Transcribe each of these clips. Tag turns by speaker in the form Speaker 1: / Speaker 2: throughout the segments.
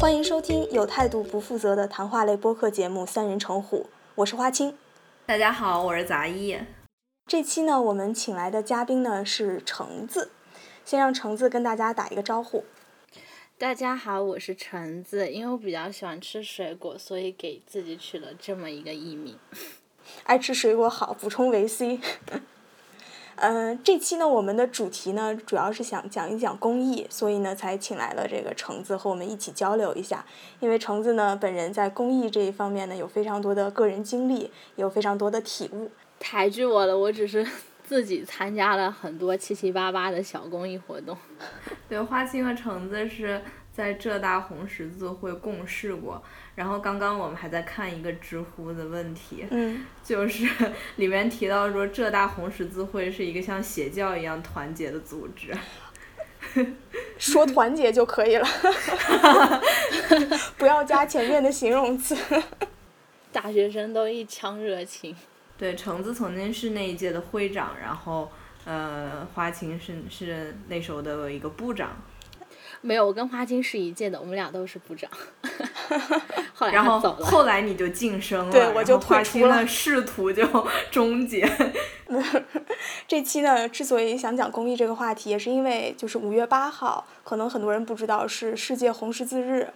Speaker 1: 欢迎收听有态度不负责的谈话类播客节目《三人成虎》，我是花青。
Speaker 2: 大家好，我是杂艺。
Speaker 1: 这期呢，我们请来的嘉宾呢是橙子，先让橙子跟大家打一个招呼。
Speaker 3: 大家好，我是橙子，因为我比较喜欢吃水果，所以给自己取了这么一个艺名。
Speaker 1: 爱吃水果好，补充维 C。嗯、这期呢，我们的主题呢，主要是想讲一讲公益，所以呢，才请来了这个橙子和我们一起交流一下。因为橙子呢，本人在公益这一方面呢，有非常多的个人经历，也有非常多的体悟。
Speaker 3: 抬举我了，我只是 自己参加了很多七七八八的小公益活动。
Speaker 2: 对，花青和橙子是在浙大红十字会共事过。然后刚刚我们还在看一个知乎的问题，
Speaker 1: 嗯，
Speaker 2: 就是 里面提到说浙大红十字会是一个像邪教一样团结的组织。
Speaker 1: 说团结就可以 了， 不要加前面的形容词。
Speaker 3: 大学生都一腔热情，
Speaker 2: 对，橙子曾经是那一届的会长，然后呃，花青是是那时候的一个部长。
Speaker 3: 没有，我跟花青是一届的，我们俩都是部长。 后来
Speaker 2: 然
Speaker 3: 他
Speaker 2: 后
Speaker 3: 走了，
Speaker 2: 后来你就晋升了，
Speaker 1: 对
Speaker 2: 然
Speaker 1: 我就
Speaker 2: 后花
Speaker 1: 退出
Speaker 2: 青
Speaker 1: 了
Speaker 2: 的仕途就 终结。
Speaker 1: 这期呢，之所以想讲公益这个话题，也是因为就是五月八号，可能很多人不知道是世界红十字日。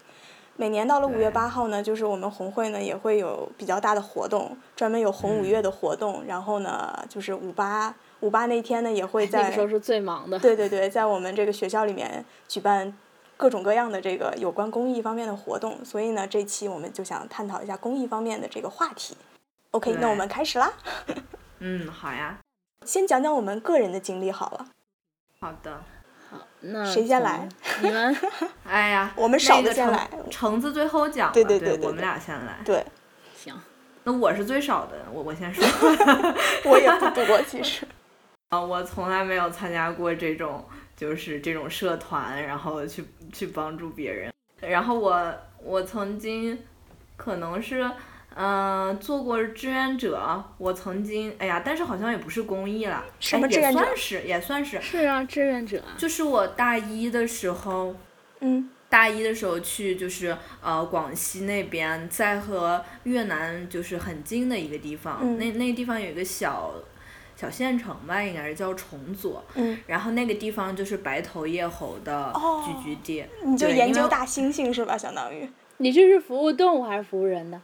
Speaker 1: 每年到了五月八号呢，就是我们红会呢也会有比较大的活动，专门有红五月的活动。然后呢，就是五八五八那天呢也会在
Speaker 3: 嗯那个时候是最 忙的。
Speaker 1: 对对对，在我们这个学校里面举办各种各样的这个有关公益方面的活动，所以呢，这期我们就想探讨一下公益方面的这个话题。OK，那我
Speaker 2: 对
Speaker 1: 们开始啦，
Speaker 2: 嗯，好呀，
Speaker 1: 先讲讲我们个人的经历好了。
Speaker 2: 好的。
Speaker 3: 好，那
Speaker 1: 谁先来
Speaker 3: 从？你们
Speaker 2: 哎呀，
Speaker 1: 我们少
Speaker 2: 那
Speaker 1: 的
Speaker 2: 个
Speaker 1: 先
Speaker 2: 橙
Speaker 1: 来
Speaker 2: 橙子最后讲了，
Speaker 1: 对对
Speaker 2: 对
Speaker 1: 对对
Speaker 2: 我们
Speaker 1: 对
Speaker 2: 俩先来。
Speaker 1: 对
Speaker 3: 行，
Speaker 2: 那我是最少的，我我先说
Speaker 1: 我也不多，其实
Speaker 2: 啊，我从来没有参加过这种就是这种社团，然后去去帮助别人。然后我我曾经可能是嗯、呃做过志愿者，我曾经哎呀，但是好像也不是公益啦，
Speaker 1: 什
Speaker 2: 哎
Speaker 1: 么志愿者
Speaker 2: 也算是也算是，
Speaker 3: 是啊，志愿者啊。
Speaker 2: 就是我大一的时候，
Speaker 1: 嗯，
Speaker 2: 大一的时候去就是呃广西那边，在和越南就是很近的一个地方，
Speaker 1: 嗯
Speaker 2: 那那个地方有一个小小县城吧，应该是叫崇左，
Speaker 1: 嗯
Speaker 2: 然后那个地方就是白头叶猴的
Speaker 1: 哦
Speaker 2: 聚居地，
Speaker 1: 你就
Speaker 2: 对
Speaker 1: 研
Speaker 2: 因为
Speaker 1: 究大猩猩是吧？相当于
Speaker 3: 你这是服务动物还是服务人呢？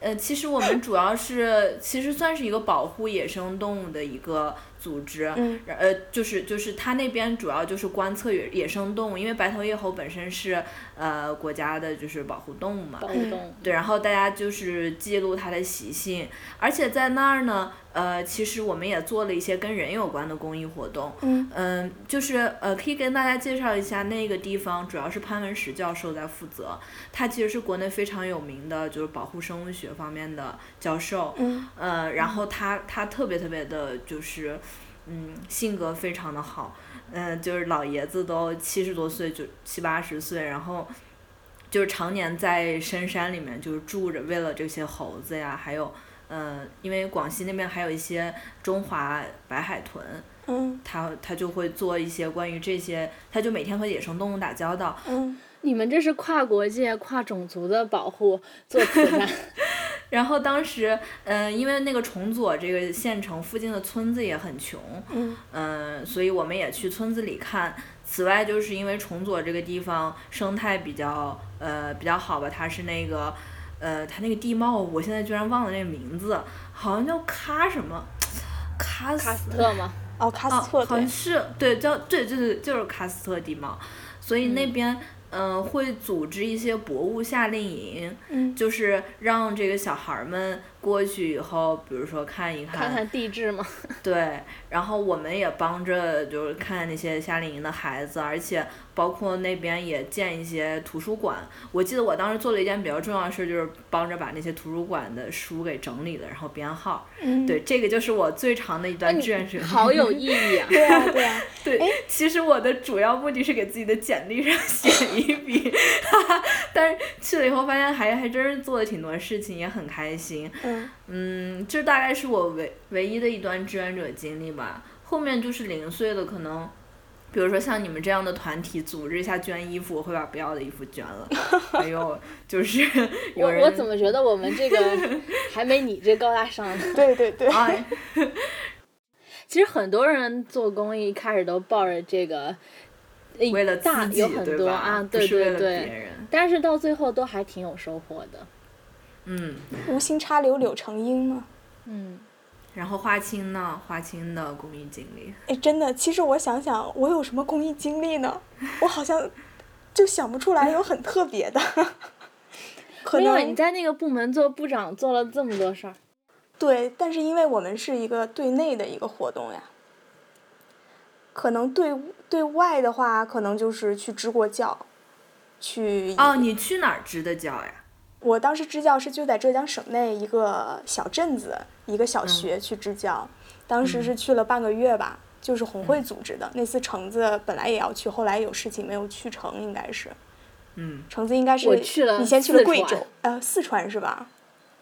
Speaker 2: 呃，其实我们主要是，其实算是一个保护野生动物的一个组织，
Speaker 1: 嗯
Speaker 2: 然，呃，就是就是它那边主要就是观测野野生动物，因为白头叶猴本身是呃国家的就是保护动物嘛，
Speaker 3: 保护
Speaker 1: 嗯
Speaker 3: 动物。
Speaker 2: 对，然后大家就是记录它的习性，而且在那儿呢，呃，其实我们也做了一些跟人有关的公益活动，
Speaker 1: 嗯
Speaker 2: 就是呃，可以跟大家介绍一下那个地方，主要是潘文石教授在负责，他其实是国内非常有名的，就是保护生物学方面的教授，
Speaker 1: 嗯
Speaker 2: 呃，然后他他特别特别的，就是嗯，性格非常的好，嗯、就是老爷子都七十多岁，就七八十岁，然后。就是常年在深山里面就是住着，为了这些猴子呀，还有，呃，因为广西那边还有一些中华白海豚，
Speaker 1: 嗯
Speaker 2: 他他就会做一些关于这些，他就每天和野生动物打交道。
Speaker 1: 嗯，
Speaker 3: 你们这是跨国界、跨种族的保护，做慈善。
Speaker 2: 然后当时，嗯、因为那个崇左这个县城附近的村子也很穷，
Speaker 1: 嗯
Speaker 2: 嗯，所以我们也去村子里看。此外，就是因为崇左这个地方生态比较呃比较好吧，它是那个呃它那个地貌，我现在居然忘了那个名字，好像叫喀什么，
Speaker 3: 卡
Speaker 2: 喀斯
Speaker 3: 斯特吗？
Speaker 1: 哦，卡斯特
Speaker 2: 哦、好像
Speaker 1: 对，
Speaker 2: 是对，叫对，就是就是喀斯特地貌，所以那边嗯、呃会组织一些博物夏令营，
Speaker 1: 嗯
Speaker 2: 就是让这个小孩儿们过去以后，比如说看一
Speaker 3: 看看地质吗？
Speaker 2: 对，然后我们也帮着就是看那些夏令营的孩子，而且包括那边也建一些图书馆。我记得我当时做了一件比较重要的事，就是帮着把那些图书馆的书给整理了，然后编号。
Speaker 1: 嗯，
Speaker 2: 对，这个就是我最长的一
Speaker 3: 那
Speaker 2: 段
Speaker 3: 你
Speaker 2: 志愿者。
Speaker 3: 好哎有意义 啊！
Speaker 1: 对啊对啊，
Speaker 2: 对，其实我的主要目的是给自己的简历上 写一笔，哈哈。但是去了以后发现还还真是做了挺多事情，也很开心。
Speaker 1: 嗯
Speaker 2: 嗯，这大概是我唯唯一的一段志愿者经历吧。后面就是零碎的，可能比如说像你们这样的团体组织一下捐衣服，我会把不要的衣服捐了。还有就是有
Speaker 3: 我
Speaker 2: 人
Speaker 3: 我怎么觉得我们这个还没你这高大上呢？
Speaker 1: 对对对，
Speaker 2: 啊，
Speaker 3: 其实很多人做公益一开始都抱着这个，呃
Speaker 2: 为了
Speaker 3: 大
Speaker 2: 自己
Speaker 3: 有很
Speaker 2: 对
Speaker 3: 多
Speaker 2: 吧？
Speaker 3: 啊，
Speaker 2: 不
Speaker 3: 对
Speaker 2: 是为
Speaker 3: 对
Speaker 2: 了别
Speaker 3: 对，
Speaker 2: 人。
Speaker 3: 但是到最后都还挺有收获的。
Speaker 2: 嗯，
Speaker 1: 无心插柳柳成荫嘛。
Speaker 3: 嗯，
Speaker 2: 然后花青呢？花青的公益经历，
Speaker 1: 哎，真的，其实我想想，我有什么公益经历呢？我好像就想不出来有很特别的。 可
Speaker 3: 因为
Speaker 1: 能
Speaker 3: 你在那个部门做部长，做了这么多事儿，
Speaker 1: 对，但是因为我们是一个对内的一个活动呀，可能对对外的话，可能就是去支过教，
Speaker 3: 嗯
Speaker 1: 去
Speaker 2: 哦，你去哪儿支的教呀？
Speaker 1: 我当时支教是就在浙江省内一个小镇子一个
Speaker 3: 嗯
Speaker 1: 小学去支教，当时是去了半个月吧，就是红
Speaker 3: 嗯
Speaker 1: 会组织的。那次橙子本来也要去，后来有事情没有去成，应该是
Speaker 2: 嗯，
Speaker 1: 橙子应该是
Speaker 3: 我去了
Speaker 1: 你先去了
Speaker 3: 四
Speaker 1: 贵
Speaker 3: 川
Speaker 1: 州，呃，四川是吧？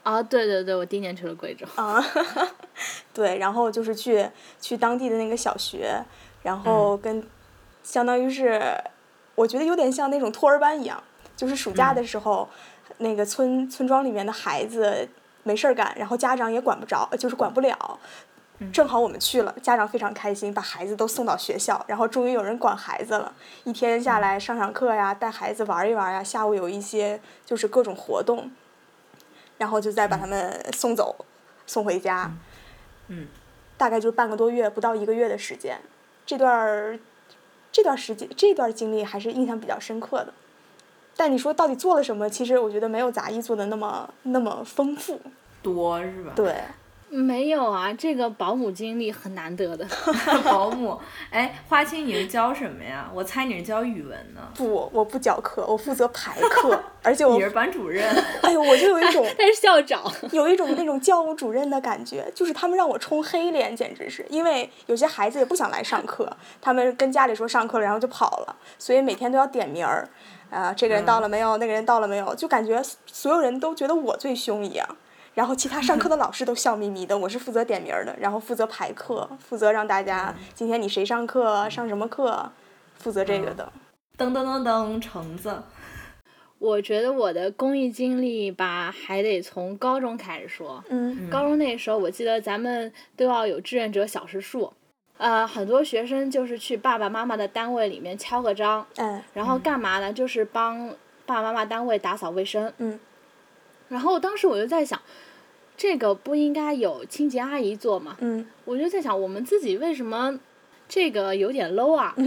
Speaker 3: 啊，对对对，我第一年去了贵州，
Speaker 1: 啊， 对，然后就是去去当地的那个小学，然后跟、相当于是，我觉得有点像那种托儿班一样，就是暑假的时候，那个村村庄里面的孩子没事儿干，然后家长也管不着，呃就是管不了。正好我们去了，家长非常开心，把孩子都送到学校，然后终于有人管孩子了。一天下来上上课呀，带孩子玩一玩呀，下午有一些就是各种活动，然后就再把他们送走，送回家。
Speaker 2: 嗯嗯
Speaker 1: 大概就是半个多月，不到一个月的时间。这段儿这段时间这段经历还是印象比较深刻的。但你说到底做了什么？其实我觉得没有杂艺做的那么那么丰富。
Speaker 2: 多是吧？
Speaker 1: 对，
Speaker 3: 没有啊，这个保姆经历很难得的。
Speaker 2: 保姆，哎，花青你是教什么呀？我猜你是教语文呢，
Speaker 1: 不，我不教课，我负责排课，而且我
Speaker 2: 你，是班主任。
Speaker 1: 哎呦，我就有一种
Speaker 3: 但是校长，
Speaker 1: 有一种那种教务主任的感觉，就是他们让我充黑脸，简直是因为有些孩子也不想来上课，他们跟家里说上课了，然后就跑了，所以每天都要点名儿，啊、这个人到了
Speaker 3: 嗯
Speaker 1: 没有，那个人到了没有，就感觉所有人都觉得我最凶一样。然后其他上课的老师都笑眯眯的，我是负责点名儿的，然后负责排课，负责让大
Speaker 3: 嗯
Speaker 1: 家今天你谁上课，上什么课，负责这个的。
Speaker 2: 噔噔噔噔，橙子，
Speaker 3: 我觉得我的公益经历吧，还得从高中开始说。
Speaker 1: 嗯
Speaker 3: 高中那时候，我记得咱们都要有志愿者小时数，呃，很多学生就是去爸爸妈妈的单位里面敲个章，
Speaker 1: 哎
Speaker 3: 然后干嘛呢？就是帮爸爸妈妈单位打扫卫生。
Speaker 1: 嗯。
Speaker 3: 然后当时我就在想，这个不应该有清洁阿姨做吗？
Speaker 1: 嗯
Speaker 3: 我就在想，我们自己为什么这个有点 low 啊？ 然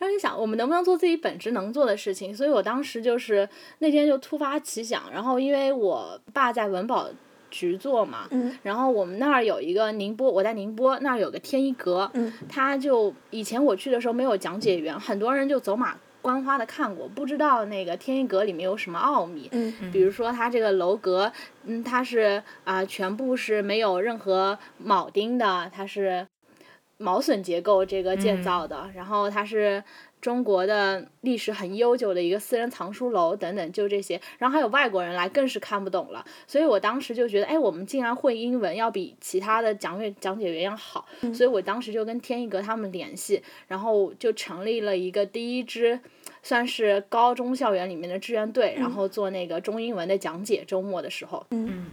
Speaker 3: 后就想，我们能不能做自己本职能做的事情？所以我当时就是那天就突发奇想，然后因为我爸在文保局做嘛，
Speaker 1: 嗯
Speaker 3: 然后我们那儿有一个宁波，我在宁波那儿有个天一阁，
Speaker 1: 嗯
Speaker 3: 他就以前我去的时候没有讲解员，很多人就走马观花的看过，不知道那个天一阁里面有什么奥秘。
Speaker 1: 嗯
Speaker 3: 比如说它这个楼阁，嗯，它是啊、全部是没有任何铆钉的，它是毛榫结构这个建造的，然后它是中国的历史很悠久的一个私人藏书楼等等，就这些。然后还有外国人来更是看不懂了，所以我当时就觉得，哎，我们竟然会英文要比其他的讲解讲解员要好，所以我当时就跟天一阁他们联系，然后就成立了一个第一支。算是高中校园里面的志愿队，然后做那个中英文的讲解。周末的时候，
Speaker 2: 嗯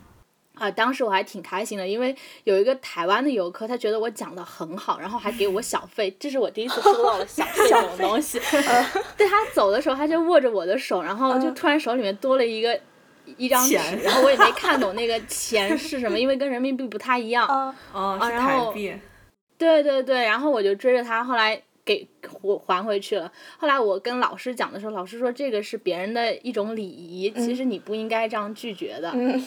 Speaker 3: 啊、当时我还挺开心的，因为有一个台湾的游客，他觉得我讲的很好，然后还给我小费，这是我第一次收到了小费这种东西。对他走的时候，他就握着我的手，然后就突然手里面多了一个。一张纸
Speaker 2: 钱，
Speaker 3: 然后我也没看懂那个钱是什么，因为跟人民币不太一 样。
Speaker 1: 啊
Speaker 2: 哦，
Speaker 3: 啊
Speaker 2: 是
Speaker 3: 然
Speaker 2: 台
Speaker 3: 后
Speaker 2: 币。
Speaker 3: 对对对，然后我就追着他，后来给我还回去了。后来我跟老师讲的时候，老师说这个是别人的一种礼仪，其
Speaker 1: 嗯
Speaker 3: 实你不应该这样拒绝的。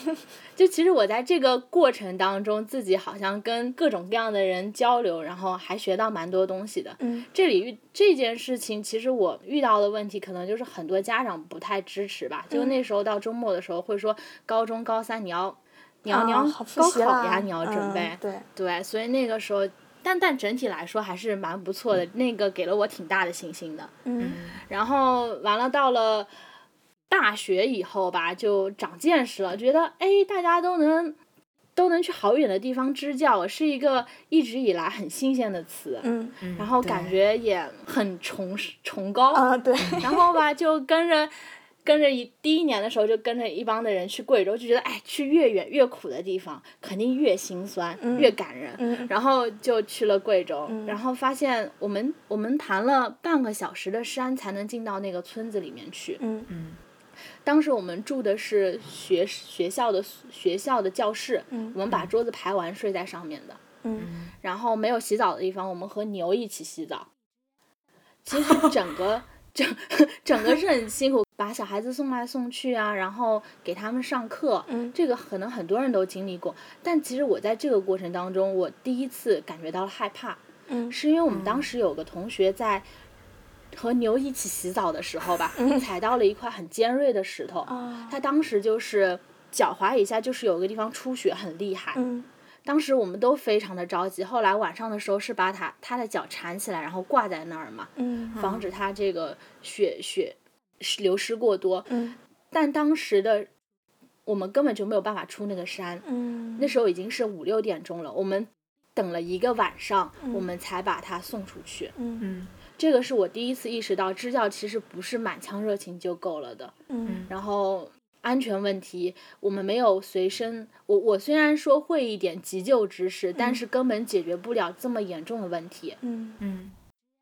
Speaker 3: 就其实我在这个过程当中，自己好像跟各种各样的人交流，然后还学到蛮多东西的。
Speaker 1: 嗯
Speaker 3: 这里遇这件事情，其实我遇到的问题可能就是很多家长不太支持吧。就
Speaker 1: 嗯
Speaker 3: 那时候到周末的时候，会说高中高三你要。你要、你要
Speaker 1: 啊好复
Speaker 3: 高
Speaker 1: 习
Speaker 3: 考
Speaker 1: 啦
Speaker 3: 呀，你要准
Speaker 1: 嗯
Speaker 3: 备。
Speaker 1: 对，
Speaker 3: 对，所以那个时候，但但整体来说还是蛮不错的，那个给了我挺大的信心的。
Speaker 1: 嗯
Speaker 3: 然后完了到了大学以后吧，就长见识了，觉得哎，大家都能都能去好远的地方支教，是一个一直以来很新鲜的词，
Speaker 1: 嗯
Speaker 2: 嗯
Speaker 3: 然后
Speaker 2: 对
Speaker 3: 感觉也很崇崇高，
Speaker 1: 啊，对，
Speaker 3: 然后吧，就跟着跟着一第一年的时候，就跟着一帮的人去贵州，就觉得哎，去越远越苦的地方，肯定越心酸，
Speaker 1: 嗯
Speaker 3: 越感人。
Speaker 1: 嗯
Speaker 3: 然后就去了贵州，
Speaker 1: 嗯
Speaker 3: 然后发现我们我们盘了半个小时的山才能进到那个村子里面去。
Speaker 1: 嗯
Speaker 3: 当时我们住的是学学校的学校的教室，
Speaker 1: 嗯
Speaker 3: 我们把桌子排完睡在上面的。
Speaker 1: 嗯
Speaker 3: 然后没有洗澡的地方，我们和牛一起洗澡。其 实整个整整个是很辛苦，把小孩子送来送去啊，然后给他们上课，
Speaker 1: 嗯
Speaker 3: 这个可能很多人都经历过。但其实我在这个过程当中，我第一次感觉到了害怕，
Speaker 1: 嗯
Speaker 3: 是因为我们当时有个同学在和牛一起洗澡的时候吧，
Speaker 1: 嗯
Speaker 3: 踩到了一块很尖锐的石头，
Speaker 1: 啊，
Speaker 3: 他当时就是脚踝以下就是有个地方出血很厉害，
Speaker 1: 嗯
Speaker 3: 当时我们都非常的着急，后来晚上的时候是把他他的脚缠起来，然后挂在那儿嘛，
Speaker 1: 嗯
Speaker 3: 防止他这个血血是流失过多。
Speaker 1: 嗯
Speaker 3: 但当时的我们根本就没有办法出那个山，
Speaker 1: 嗯，
Speaker 3: 那时候已经是五六点钟了，我们等了一个晚上，我们才把他送出去。
Speaker 1: 嗯
Speaker 2: 嗯
Speaker 3: 这个是我第一次意识到支教其实不是满腔热情就够了的，
Speaker 1: 嗯
Speaker 3: 然后安全问题，我们没有随身。我我虽然说会一点急救知识，但是根本解决不了这么严重的问题。
Speaker 1: 嗯
Speaker 2: 嗯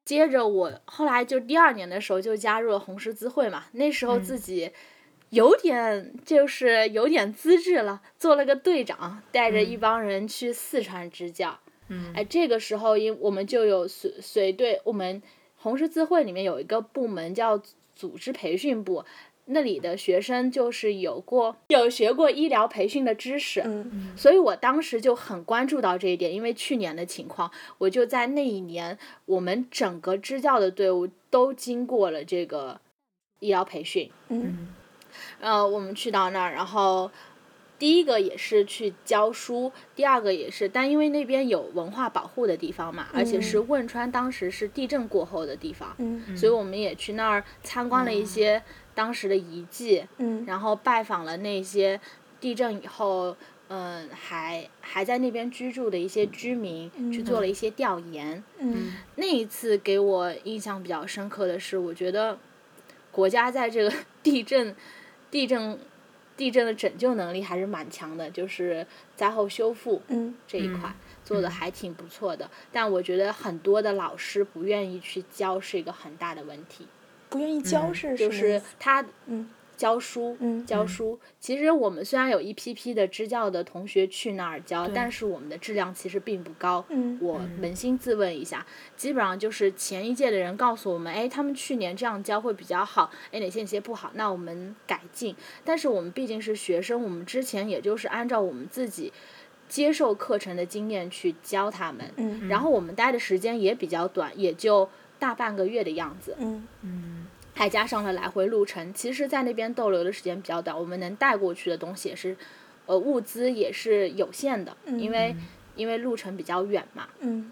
Speaker 3: 接着我后来就第二年的时候就加入了红十字会嘛，那时候自己有点就是有点资质了，做了个队长，带着一帮人去四川支教。
Speaker 2: 嗯
Speaker 3: 哎，这个时候因我们就有随随队，我们红十字会里面有一个部门叫组织培训部，那里的学生就是有过有学过医疗培训的知识，
Speaker 1: 嗯
Speaker 3: 所以我当时就很关注到这一点，因为去年的情况，我就在那一年，我们整个支教的队伍都经过了这个医疗培训。
Speaker 1: 嗯
Speaker 2: 嗯
Speaker 3: 呃，我们去到那儿，然后第一个也是去教书，第二个也是，但因为那边有文化保护的地方嘛，而且是汶川当时是地震过后的地方，
Speaker 1: 嗯
Speaker 3: 所以我们也去那儿参观了一些当时的遗迹。
Speaker 1: 嗯
Speaker 3: 然后拜访了那些地震以后，嗯，还还在那边居住的一些居民，
Speaker 2: 嗯
Speaker 3: 去做了一些调研。
Speaker 1: 嗯
Speaker 3: 那一次给我印象比较深刻的是，我觉得国家在这个 地震、地震、地震的拯救能力还是蛮强的，就是灾后修复
Speaker 1: 嗯
Speaker 3: 这一块。
Speaker 2: 嗯
Speaker 3: 做的还挺不错的，但我觉得很多的老师不愿意去教是一个很大的问题，
Speaker 1: 不愿意教
Speaker 2: 嗯
Speaker 1: 是什
Speaker 3: 就
Speaker 1: 么
Speaker 3: 是
Speaker 1: 意思
Speaker 3: 他
Speaker 1: 嗯
Speaker 3: 教书，
Speaker 1: 嗯
Speaker 3: 教书。其实我们虽然有一批批的支教的同学去那儿教，
Speaker 2: 对
Speaker 3: 但是我们的质量其实并不高。
Speaker 1: 嗯
Speaker 3: 我扪心自问一下，基本上就是前一届的人告诉我们，哎，他们去年这样教会比较好，哎，哪些哪些不好，那我们改进。但是我们毕竟是学生，我们之前也就是按照我们自己接受课程的经验去教他们，
Speaker 1: 嗯
Speaker 3: 然后我们待的时间也比较短，也就大半个月的样子。
Speaker 1: 嗯
Speaker 2: 嗯
Speaker 3: 还加上了来回路程，其实，在那边逗留的时间比较短，我们能带过去的东西也是，呃，物资也是有限的，因为因为路程比较远嘛。
Speaker 1: 嗯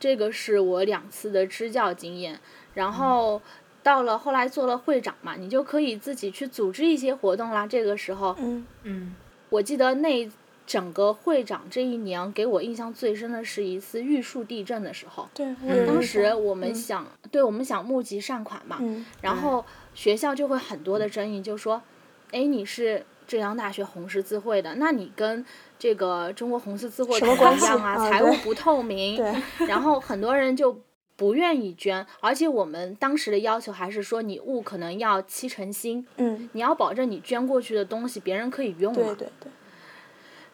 Speaker 3: 这个是我两次的支教经验，然
Speaker 1: 嗯
Speaker 3: 后到了后来做了会长嘛，你就可以自己去组织一些活动啦。这个时候，
Speaker 1: 嗯
Speaker 2: 嗯
Speaker 3: 我记得那整个会长这一年给我印象最深的是一次玉树地震的时候，
Speaker 1: 对，我有
Speaker 2: 嗯
Speaker 3: 当
Speaker 1: 印
Speaker 3: 时
Speaker 1: 象
Speaker 3: 我们想，对我们想募集善款嘛，
Speaker 1: 嗯
Speaker 3: 然后学校就会很多的争议，就说，哎，你是浙江大学红十字会的，那你跟这个中国红十字会
Speaker 1: 什
Speaker 3: 怎
Speaker 1: 么关
Speaker 3: 么样
Speaker 1: 系
Speaker 3: 啊？
Speaker 1: 啊
Speaker 3: 财务
Speaker 1: 对
Speaker 3: 不透明。
Speaker 1: 对
Speaker 3: 然后很多人就不愿意捐，而且我们当时的要求还是说，你物可能要七成新，
Speaker 1: 嗯
Speaker 3: 你要保证你捐过去的东西别人可以用嘛。
Speaker 1: 对对对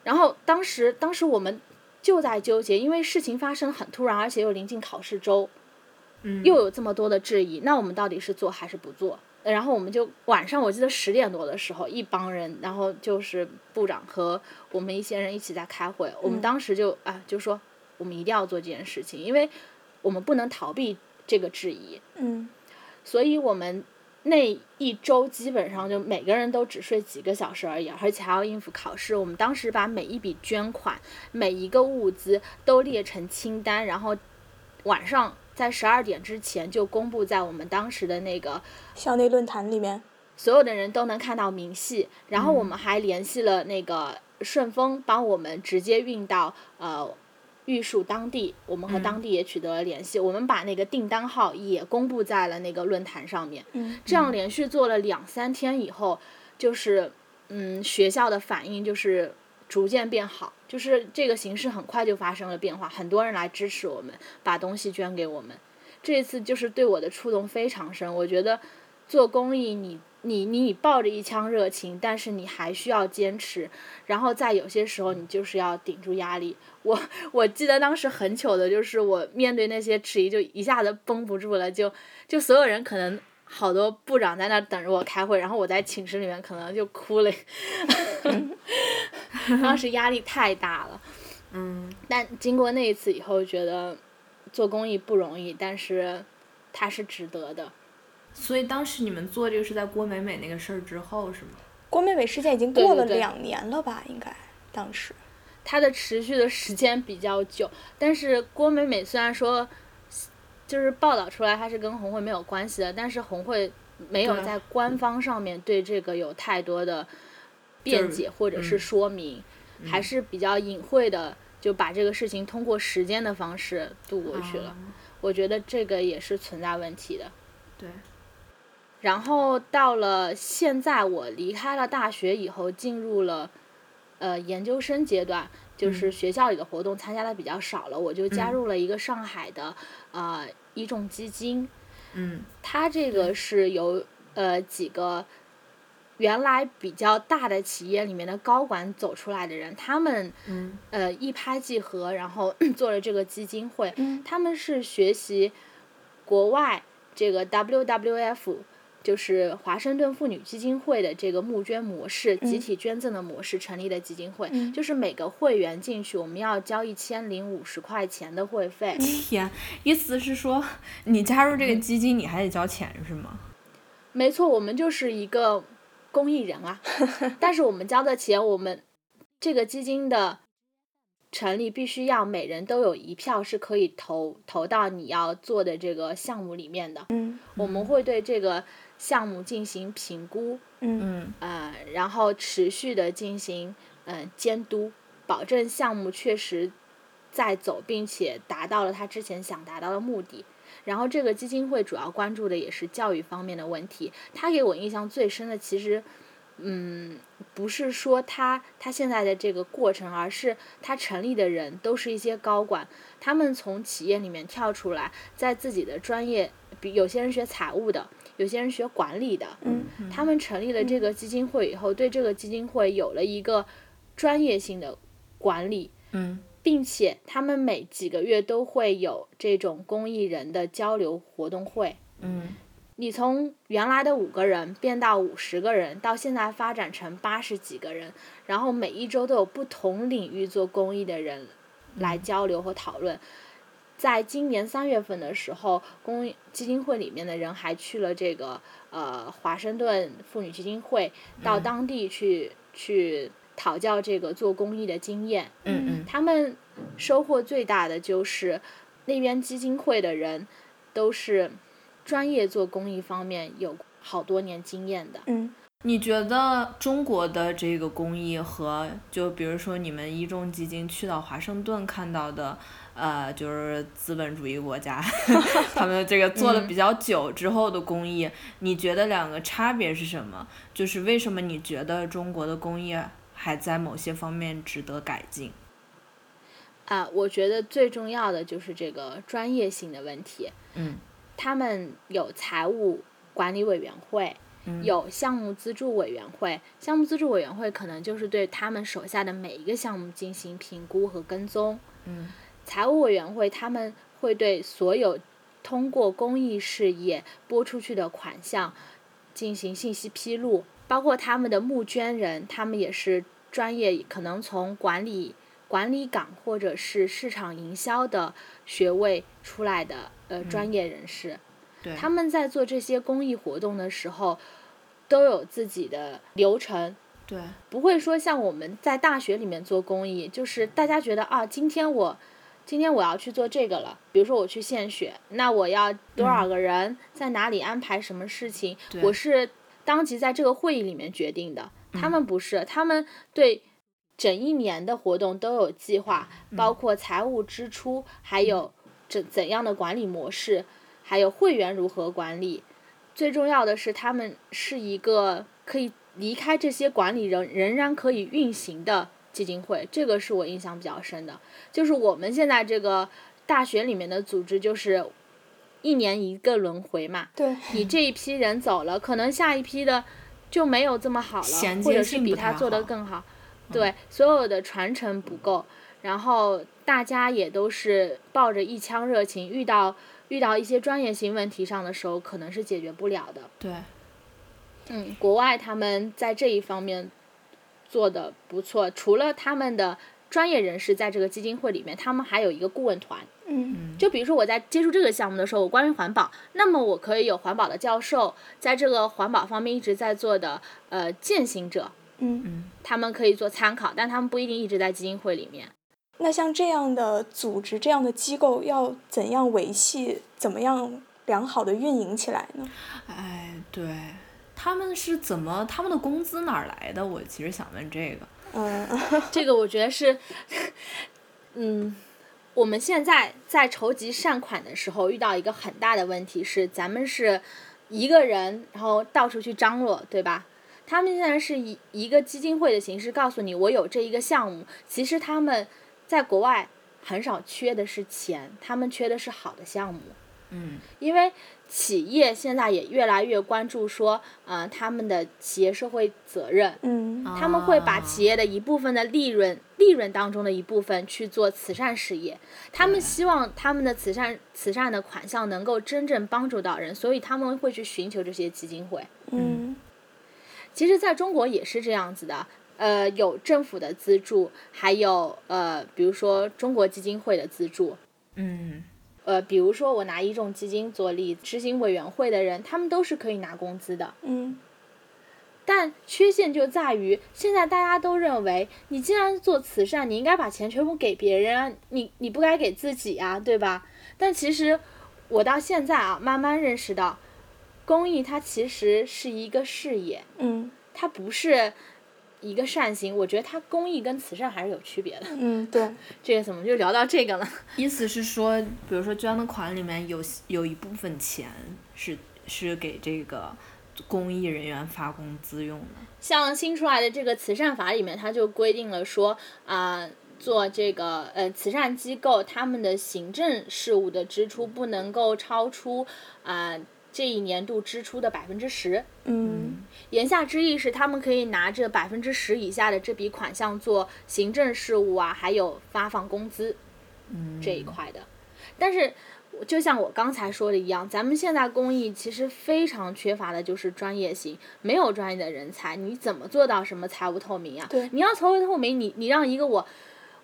Speaker 3: 然后当时当时我们就在纠结，因为事情发生得很突然，而且又临近考试周，
Speaker 2: 嗯
Speaker 3: 又有这么多的质疑，那我们到底是做还是不做？呃然后我们就晚上，我记得十点多的时候，一帮人，然后就是部长和我们一些人一起在开会。我
Speaker 1: 嗯
Speaker 3: 们当时就啊、就说我们一定要做这件事情，因为我们不能逃避这个质疑。
Speaker 1: 嗯
Speaker 3: 所以我们那一周基本上就每个人都只睡几个小时而已，而且还要应付考试。我们当时把每一笔捐款、每一个物资都列成清单，然后晚上在十二点之前就公布在我们当时的那个
Speaker 1: 校内论坛里面
Speaker 3: 所有的人都能看到明细。然后我们还联系了那个顺丰帮我们直接运到呃玉树当地，我们和当地也取得了联系，我们把那个订单号也公布在了那个论坛上面。
Speaker 1: 嗯
Speaker 3: 这样连续做了两三天以后，就是嗯，学校的反应就是逐渐变好，就是这个形势很快就发生了变化，很多人来支持我们，把东西捐给我们。这一次就是对我的触动非常深，我觉得做公益你。你你抱着一腔热情，但是你还需要坚持，然后在有些时候你就是要顶住压力。我我记得当时很糗的，就是我面对那些迟疑就一下子绷不住了，就就所有人可能好多部长在那儿等着我开会，然后我在寝室里面可能就哭了， 当时压力太大了。
Speaker 2: 嗯，
Speaker 3: 但经过那一次以后，觉得做公益不容易，但是它是值得的。
Speaker 2: 所以当时你们做这个是在郭美美那个事儿之后是吗？
Speaker 1: 郭美美事件已经
Speaker 3: 对
Speaker 1: 过
Speaker 3: 对
Speaker 1: 了
Speaker 3: 对
Speaker 1: 两年了吧？应该当时
Speaker 3: 它的持续的时间比较久，但是郭美美虽然说就是报道出来它是跟红会没有关系的，但是红会没有
Speaker 2: 对啊
Speaker 3: 在官方上面对这个有太多的辩
Speaker 2: 就是
Speaker 3: 解或者是
Speaker 2: 嗯
Speaker 3: 说明，还是比较隐晦的就把这个事情通过时间的方式度过去了。
Speaker 2: 啊
Speaker 3: 我觉得这个也是存在问题的。
Speaker 2: 对，
Speaker 3: 然后到了现在，我离开了大学以后，进入了呃研究生阶段，就是
Speaker 2: 嗯
Speaker 3: 学校里的活动参加的比较少了，我就加
Speaker 2: 嗯
Speaker 3: 入了一个上海的呃一众基金，
Speaker 2: 嗯
Speaker 3: 它这个
Speaker 2: 对
Speaker 3: 是由呃几个原来比较大的企业里面的高管走出来的人，他们
Speaker 2: 嗯
Speaker 3: 呃一拍即合，然后 做了这个基金会。
Speaker 1: 嗯
Speaker 3: 他们是学习国外这个 WWF，就是华盛顿妇女基金会的这个募捐模式，集
Speaker 1: 嗯
Speaker 3: 体捐赠的模式成立的基金会。
Speaker 1: 嗯
Speaker 3: 就是每个会员进去，我们要交一千零五十块钱的会费。
Speaker 1: 嗯
Speaker 2: 天，意思是说你加入这个基金你还得交钱是吗？
Speaker 3: 没错，我们就是一个公益人 啊，但是我们交的钱，我们这个基金的成立必须要每人都有一票是可以投投到你要做的这个项目里面的。
Speaker 1: 嗯
Speaker 3: 我们会对这个项目进行评估，
Speaker 1: 嗯
Speaker 2: 嗯
Speaker 3: 呃，然后持续的进行嗯、呃监督，保证项目确实在走，并且达到了他之前想达到的目的。然后这个基金会主要关注的也是教育方面的问题。他给我印象最深的，其实，嗯，不是说他他现在的这个过程，而是他成立的人都是一些高管，他们从企业里面跳出来，在自己的专业，比有些人学财务的，有些人学管理的，
Speaker 1: 嗯
Speaker 3: 他们成立了这个基金会以后，对这个基金会有了一个专业性的管理，
Speaker 2: 嗯
Speaker 3: 并且他们每几个月都会有这种公益人的交流活动会。
Speaker 2: 嗯
Speaker 3: 你从原来的五个人变到五十个人，到现在发展成八十几个人，然后每一周都有不同领域做公益的人来交流和讨论。在今年三月份的时候，公益基金会里面的人还去了这个呃华盛顿妇女基金会，到当地去、去讨教这个做公益的经验。
Speaker 2: 嗯
Speaker 3: 他们收获最大的就是那边基金会的人都是专业做公益方面有好多年经验的。
Speaker 1: 嗯
Speaker 2: 你觉得中国的这个公益和就比如说你们一众基金去到华盛顿看到的，呃，就是资本主义国家 他们这个做的比较久之后的公益，你觉得两个差别是什么？就是为什么你觉得中国的公益还在某些方面值得改进？
Speaker 3: 啊，我觉得最重要的就是这个专业性的问题。
Speaker 2: 嗯，
Speaker 3: 他们有财务管理委员会，有项目资助委员会。项目资助委员会可能就是对他们手下的每一个项目进行评估和跟踪。
Speaker 2: 嗯，
Speaker 3: 财务委员会他们会对所有通过公益事业拨出去的款项进行信息披露，包括他们的募捐人，他们也是专业，可能从管理管理岗或者是市场营销的学位出来的呃专业人士。
Speaker 2: 对，
Speaker 3: 他们在做这些公益活动的时候，都有自己的流程，
Speaker 2: 对，
Speaker 3: 不会说像我们在大学里面做公益，就是大家觉得啊，今天我。今天我要去做这个了，比如说我去献血，那我要多少个人，在哪里安排什么事情，
Speaker 2: 对
Speaker 3: 我是当即在这个会议里面决定的。他们不是，他们对整一年的活动都有计划，包括财务支出，还有怎怎样的管理模式，还有会员如何管理。最重要的是，他们是一个可以离开这些管理仍仍然可以运行的基金会，这个是我印象比较深的。就是我们现在这个大学里面的组织，就是一年一个轮回嘛。
Speaker 1: 对，
Speaker 3: 你这一批人走了，可能下一批的就没有这么好
Speaker 2: 衔
Speaker 3: 了，
Speaker 2: 接
Speaker 3: 或者是
Speaker 2: 性
Speaker 3: 比
Speaker 2: 不
Speaker 3: 他
Speaker 2: 太
Speaker 3: 做的
Speaker 2: 好
Speaker 3: 更好。对，所有的传承不够，然后大家也都是抱着一腔热情，遇到遇到一些专业性问题上的时候，可能是解决不了的。
Speaker 2: 对，
Speaker 3: 嗯，国外他们在这一方面做的不错，除了他们的专业人士在这个基金会里面，他们还有一个顾问团。
Speaker 1: 嗯，
Speaker 3: 就比如说我在接触这个项目的时候，我关于环保，那么我可以有环保的教授，在这个环保方面一直在做的呃践行者，
Speaker 1: 嗯
Speaker 2: 嗯，
Speaker 3: 他们可以做参考，但他们不一定一直在基金会里面。
Speaker 1: 那像这样的组织、这样的机构，要怎样维系？怎么样良好的运营起来呢？
Speaker 2: 哎，对，他们是怎么，他们的工资哪儿来的？我其实想问这个。
Speaker 1: 嗯，
Speaker 3: 这个我觉得是，嗯，我们现在在筹集善款的时候遇到一个很大的问题是，咱们是一个人，然后到处去张罗，对吧？他们现在是以一个基金会的形式告诉你，我有这一个项目。其实他们在国外很少缺的是钱，他们缺的是好的项目。
Speaker 2: 嗯
Speaker 3: 因为企业现在也越来越关注说，啊、他们的企业社会责任，
Speaker 1: 嗯
Speaker 3: 他们会把企
Speaker 2: 业，
Speaker 3: 业的一部分的利润，利润当中的一部分去做慈善事业。他们希望他们的慈善慈善的款项能够真正帮助到人，所以他们会去寻求这些基金会。
Speaker 1: 嗯
Speaker 3: 其实，在中国也是这样子的。呃，有政府的资助，还有呃，比如说中国基金会的资助，
Speaker 2: 嗯
Speaker 3: 呃，比如说我拿一众基金做例，执行委员会的人，他们都是可以拿工资的。
Speaker 1: 嗯
Speaker 3: 但缺陷就在于，现在大家都认为，你既然做慈善，你应该把钱全部给别人啊，你你不该给自己啊，对吧？但其实，我到现在啊，慢慢认识到，公益它其实是一个事业，
Speaker 1: 嗯
Speaker 3: 它不是一个善行。我觉得它公益跟慈善还是有区别的。
Speaker 1: 嗯，对，
Speaker 3: 这个怎么就聊到这个了？
Speaker 2: 意思是说，比如说捐的款里面有有一部分钱是是给这个公益人员发工资用的。
Speaker 3: 像新出来的这个慈善法里面，它就规定了说啊、做这个呃慈善机构他们的行政事务的支出不能够超出啊、这一年度支出的百分之十。
Speaker 1: 嗯
Speaker 3: 言下之意是，他们可以拿着百分之十以下的这笔款项做行政事务啊，还有发放工资
Speaker 2: 嗯，
Speaker 3: 这一块的。但是，就像我刚才说的一样，咱们现在公益其实非常缺乏的就是专业性，没有专业的人才，你怎么做到什么财务透明呀、
Speaker 1: 对
Speaker 3: 你要财务透明，你你让一个我。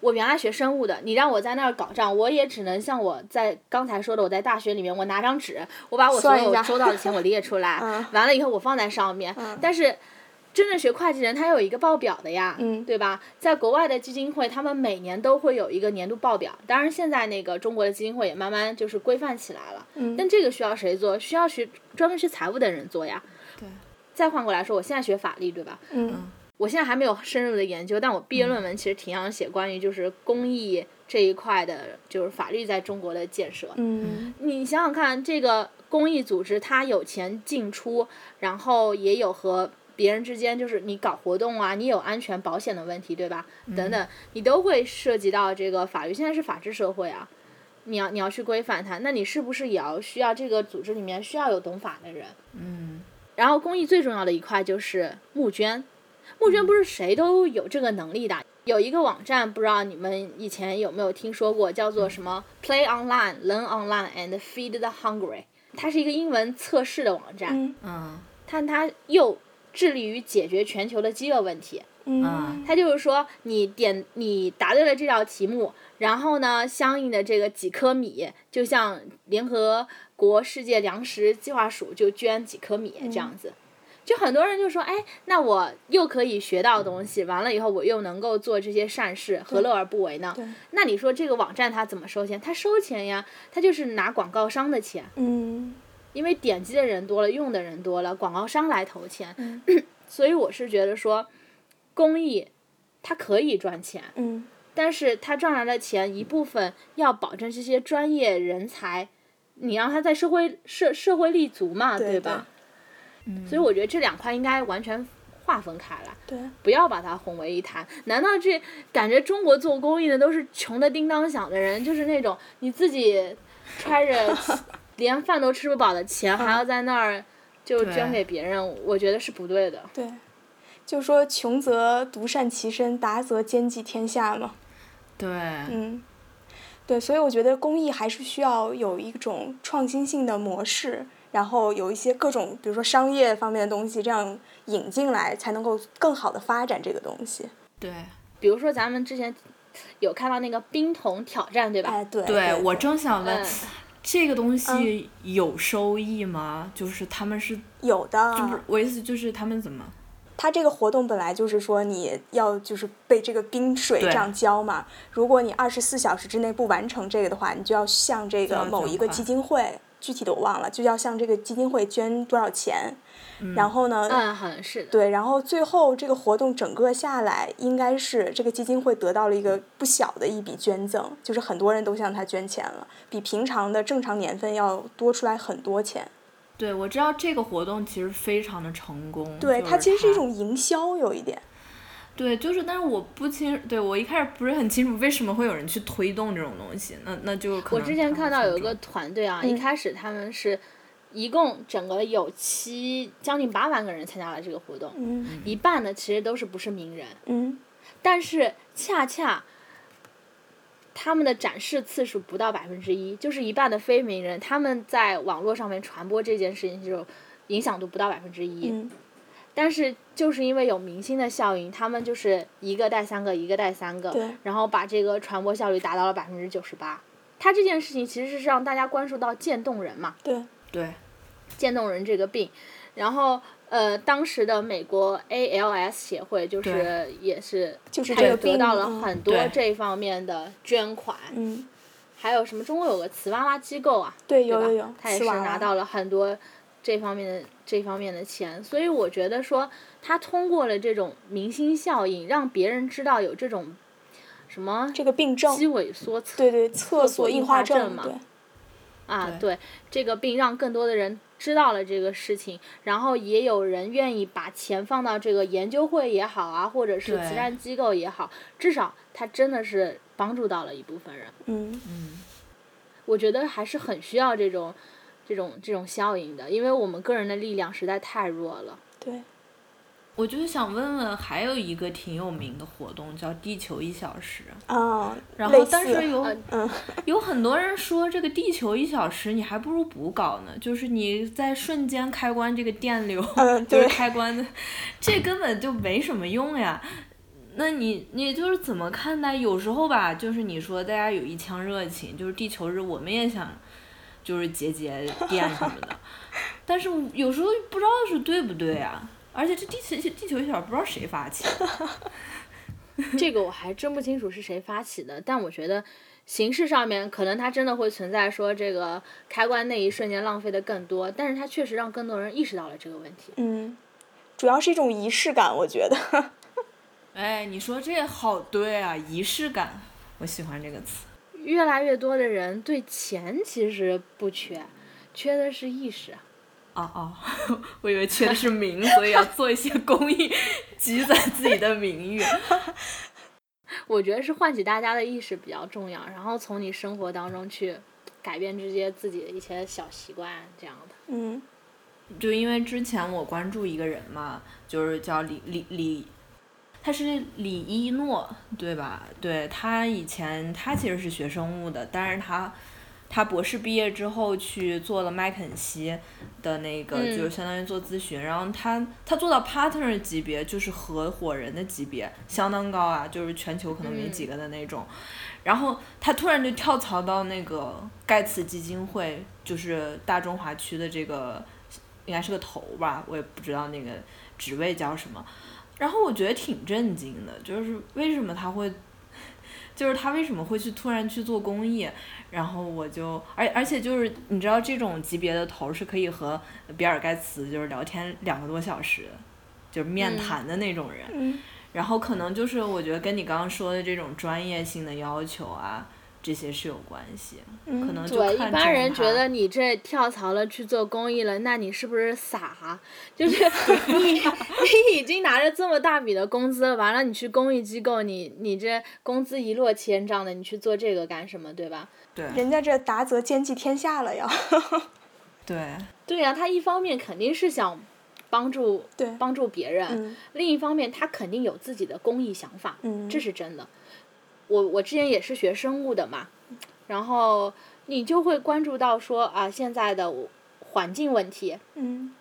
Speaker 3: 我原来学生物的，你让我在那儿搞账，我也只能像我在刚才说的，我在大学里面，我拿张纸，我把我所
Speaker 1: 算一
Speaker 3: 有
Speaker 1: 下嗯
Speaker 3: 收到的钱我列出来， 完了以后我放在上面。但是真正学会计人，他有一个报表的呀，
Speaker 1: 嗯
Speaker 3: 对吧？在国外的基金会，他们每年都会有一个年度报表。当然，现在那个中国的基金会也慢慢就是规范起来了。
Speaker 1: 嗯
Speaker 3: 但这个需要谁做？需要学专门学财务的人做呀。
Speaker 2: 对。
Speaker 3: 再换过来说，我现在学法律，对吧？
Speaker 1: 嗯
Speaker 3: 我现在还没有深入的研究，但我毕业论文其实挺想写关于就是公益这一块的，就是法律在中国的建设。
Speaker 1: 嗯
Speaker 3: 你想想看，这个公益组织它有钱进出，然后也有和别人之间，就是你搞活动啊，你有安全保险的问题，对吧？等等，你都会涉及到这个法律。现在是法治社会啊，你要你要去规范它，那你是不是也要需要这个组织里面需要有懂法的人？
Speaker 2: 嗯
Speaker 3: 然后公益最重要的一块就是募捐，募捐不是谁都有这个能力的。有一个网站，不知道你们以前有没有听说过，叫做什么 “Play Online, Learn Online and Feed the Hungry”，它是一个英文测试的网站，
Speaker 1: 嗯
Speaker 2: 嗯
Speaker 3: 但它又致力于解决全球的饥饿问题。
Speaker 1: 嗯
Speaker 3: 它就是说，你点你答对了这道题目，然后呢，相应的这个几颗米，就像联合国世界粮食计划署就捐几颗米这样
Speaker 1: 嗯
Speaker 3: 子。就很多人就说，哎，那我又可以学到东西，完了以后我又能够做这些善事，何乐而不为呢
Speaker 1: 对？
Speaker 3: 那你说这个网站它怎么收钱？它收钱呀，它就是拿广告商的钱，
Speaker 1: 嗯
Speaker 3: 因为点击的人多了，用的人 多了，广告商来投钱。
Speaker 1: 嗯
Speaker 3: 所以我是觉得说，公益它可以赚钱，
Speaker 1: 嗯
Speaker 3: 但是他赚来的钱一部分要保证这些专业人才，你让他在社会社社会立足嘛，
Speaker 1: 对嗯
Speaker 3: 吧？所以我觉得这两块应该完全划分开来，
Speaker 1: 对，
Speaker 3: 不要把它混为一谈。难道这感觉中国做公益的都是穷的叮当响的人，就是那种你自己揣着 连饭都吃不饱的钱，还要在那儿就
Speaker 2: 对
Speaker 3: 捐给别人？我觉得是不对的。
Speaker 1: 对，就说穷则独善其身，达则兼济天下嘛。
Speaker 2: 对，
Speaker 1: 嗯，对，所以我觉得公益还是需要有一种创新性的模式，然后有一些各种，比如说商业方面的东西，这样引进来，才能够更好的发展这个东西。
Speaker 2: 对，
Speaker 3: 比如说咱们之前有看到那个冰桶挑战，对吧？
Speaker 1: 哎，对，
Speaker 2: 对我正想问
Speaker 3: 嗯，
Speaker 2: 这个东西有收益吗？就是他们是，
Speaker 1: 有
Speaker 2: 就不
Speaker 1: 的
Speaker 2: 是。我意思就是他们怎么？
Speaker 1: 它这个活动本来就是说你要就是被这个冰水
Speaker 2: 对
Speaker 1: 这样浇嘛，如果你二十四小时之内不完成这个的话，你就要向这
Speaker 2: 就要
Speaker 1: 个某
Speaker 2: 捐
Speaker 1: 一个
Speaker 2: 款
Speaker 1: 基金会，具体的我忘了，就要向这个基金会捐多少钱。然后呢，
Speaker 3: 嗯，好像是的。
Speaker 1: 对，然后最后这个活动整个下来，应该是这个基金会得到了一个不小的一笔捐赠，就是很多人都向他捐钱了，比平常的正常年份要多出来很多钱。
Speaker 2: 对，我知道这个活动其实非常的成功。
Speaker 1: 对，
Speaker 2: 就
Speaker 1: 它其实是一
Speaker 2: 它
Speaker 1: 种营销，有一点。
Speaker 2: 对，就是，但是我不清，对我一开始不是很清楚为什么会有人去推动这种东西，那那就可
Speaker 3: 我
Speaker 2: 能
Speaker 3: 之前
Speaker 2: 他
Speaker 3: 看
Speaker 2: 们
Speaker 3: 到有
Speaker 2: 从
Speaker 3: 一个
Speaker 2: 中
Speaker 3: 团队啊，一
Speaker 1: 嗯
Speaker 3: 开始他们是一共整个有七将近八万个人参加了这个活动，
Speaker 1: 嗯
Speaker 3: 一半呢其实都是不是名人，
Speaker 1: 嗯，
Speaker 3: 但是恰恰他们的展示次数不到百分之一，就是一半的非名人，他们在网络上面传播这件事情就影响度不到百分之一，
Speaker 1: 嗯
Speaker 3: 但是就是因为有明星的效应，他们就是一个带三个，一个带三个
Speaker 1: 对，
Speaker 3: 然后把这个传播效率达到了百分之九十八。他这件事情其实是让大家关注到渐冻人嘛，
Speaker 1: 对，
Speaker 2: 对
Speaker 3: 渐冻人这个病，然后呃，当时的美国 ALS 协会就是
Speaker 2: 对
Speaker 3: 也是，
Speaker 1: 就是
Speaker 3: 他
Speaker 1: 这
Speaker 3: 也
Speaker 1: 个
Speaker 3: 得
Speaker 1: 病
Speaker 3: 到了
Speaker 1: 嗯
Speaker 3: 很多
Speaker 2: 对
Speaker 3: 这方面的捐款，
Speaker 1: 嗯，
Speaker 3: 还有什么中国有个瓷娃娃机构啊，
Speaker 1: 对，
Speaker 3: 对
Speaker 1: 有
Speaker 3: 吧
Speaker 1: 有有，
Speaker 3: 他也
Speaker 1: 瓷
Speaker 3: 是
Speaker 1: 娃
Speaker 3: 拿
Speaker 1: 娃
Speaker 3: 到了很多这方面的这方面的钱，所以我觉得说他通过了这种明星效应，让别人知道有这种什么
Speaker 1: 这个病症，
Speaker 3: 肌萎缩侧
Speaker 1: 对对，厕所
Speaker 3: 所硬
Speaker 1: 硬
Speaker 3: 化
Speaker 1: 化
Speaker 3: 症
Speaker 1: 症
Speaker 3: 嘛
Speaker 1: 对，嗯
Speaker 3: 啊，
Speaker 2: 对
Speaker 3: 对这个病，让更多的人知道了这个事情，然后也有人愿意把钱放到这个研究会也好啊，或者是
Speaker 2: 对
Speaker 3: 慈善机构也好，至少他真的是帮助到了一部分人。
Speaker 1: 嗯，
Speaker 3: 我觉得还是很需要这种。这种这种效应的，因为我们个人的力量实在太弱了。
Speaker 1: 对，
Speaker 2: 我就是想问问，还有一个挺有名的活动叫“地球一小时”，
Speaker 1: 啊，
Speaker 2: 然
Speaker 1: 类
Speaker 2: 后但
Speaker 1: 似
Speaker 2: 是有、
Speaker 3: 呃
Speaker 1: 嗯
Speaker 2: 有很多人说这个地球一小时，你还不如补搞呢，就是你在瞬间开关这个电流，
Speaker 1: 嗯
Speaker 2: 就是
Speaker 1: 对
Speaker 2: 开关的，这根本就没什么用呀。那你你就是怎么看待？有时候吧，就是你说大家有一腔热情，就是地球日，我们也想就是节节电什么的，但是有时候不知道是对不对啊。而且这地球地球一小时不知道谁发起的，
Speaker 3: 这个我还真不清楚是谁发起的，但我觉得形式上面可能它真的会存在说这个开关那一瞬间浪费的更多，但是它确实让更多人意识到了这个问题。
Speaker 1: 嗯，主要是一种仪式感，我觉得。
Speaker 2: 哎，你说这好对啊，仪式感，我喜欢这个词。
Speaker 3: 越来越多的人对钱其实不缺，缺的是意识。
Speaker 2: 哦 哦，我以为缺的是名，所以要做一些公益，积攒自己的名誉。
Speaker 3: 我觉得是唤起大家的意识比较重要，然后从你生活当中去改变这些自己的一些小习惯这样的。
Speaker 1: 嗯
Speaker 2: 就因为之前我关注一个人嘛，就是叫李李李，他是李一诺，对吧？对他以前他其实是学生物的，但是他他博士毕业之后去做了麦肯锡的那个，
Speaker 3: 嗯
Speaker 2: 就是相当于做咨询，然后他他做到 partner 级别，就是合伙人的级别，相当高啊，就是全球可能没
Speaker 3: 嗯
Speaker 2: 几个的那种。然后他突然就跳槽到那个盖茨基金会，就是大中华区的这个应该是个头吧，我也不知道那个职位叫什么。然后我觉得挺震惊的，就是为什么他会， 就是他为什么会去突然去做公益？然后我就，而而且就是你知道这种级别的头是可以和比尔盖茨就是聊天两个多小时，就是面
Speaker 3: 嗯
Speaker 2: 谈的那种人。
Speaker 1: 嗯
Speaker 2: 然后可能就是我觉得跟你刚刚说的这种专业性的要求啊，这些是有关系，
Speaker 1: 嗯
Speaker 2: 可能就
Speaker 3: 对，
Speaker 2: 看
Speaker 3: 一般
Speaker 2: 中
Speaker 3: 人觉
Speaker 2: 他
Speaker 3: 得你这跳槽了去做公益了，那你是不是傻？就是 你你已经拿着这么大笔的工资了，完了你去公益机构，你你这工资一落千丈的，你去做这个干什么？对吧？
Speaker 2: 对
Speaker 1: 人家这达则兼济天下了要。
Speaker 2: 对，
Speaker 3: 对呀、他一方面肯定是想帮助
Speaker 1: 对
Speaker 3: 帮助别人，
Speaker 1: 嗯
Speaker 3: 另一方面他肯定有自己的公益想法，
Speaker 1: 嗯
Speaker 3: 这是真的。我我之前也是学生物的嘛，然后你就会关注到说啊现在的环境问题，
Speaker 1: 嗯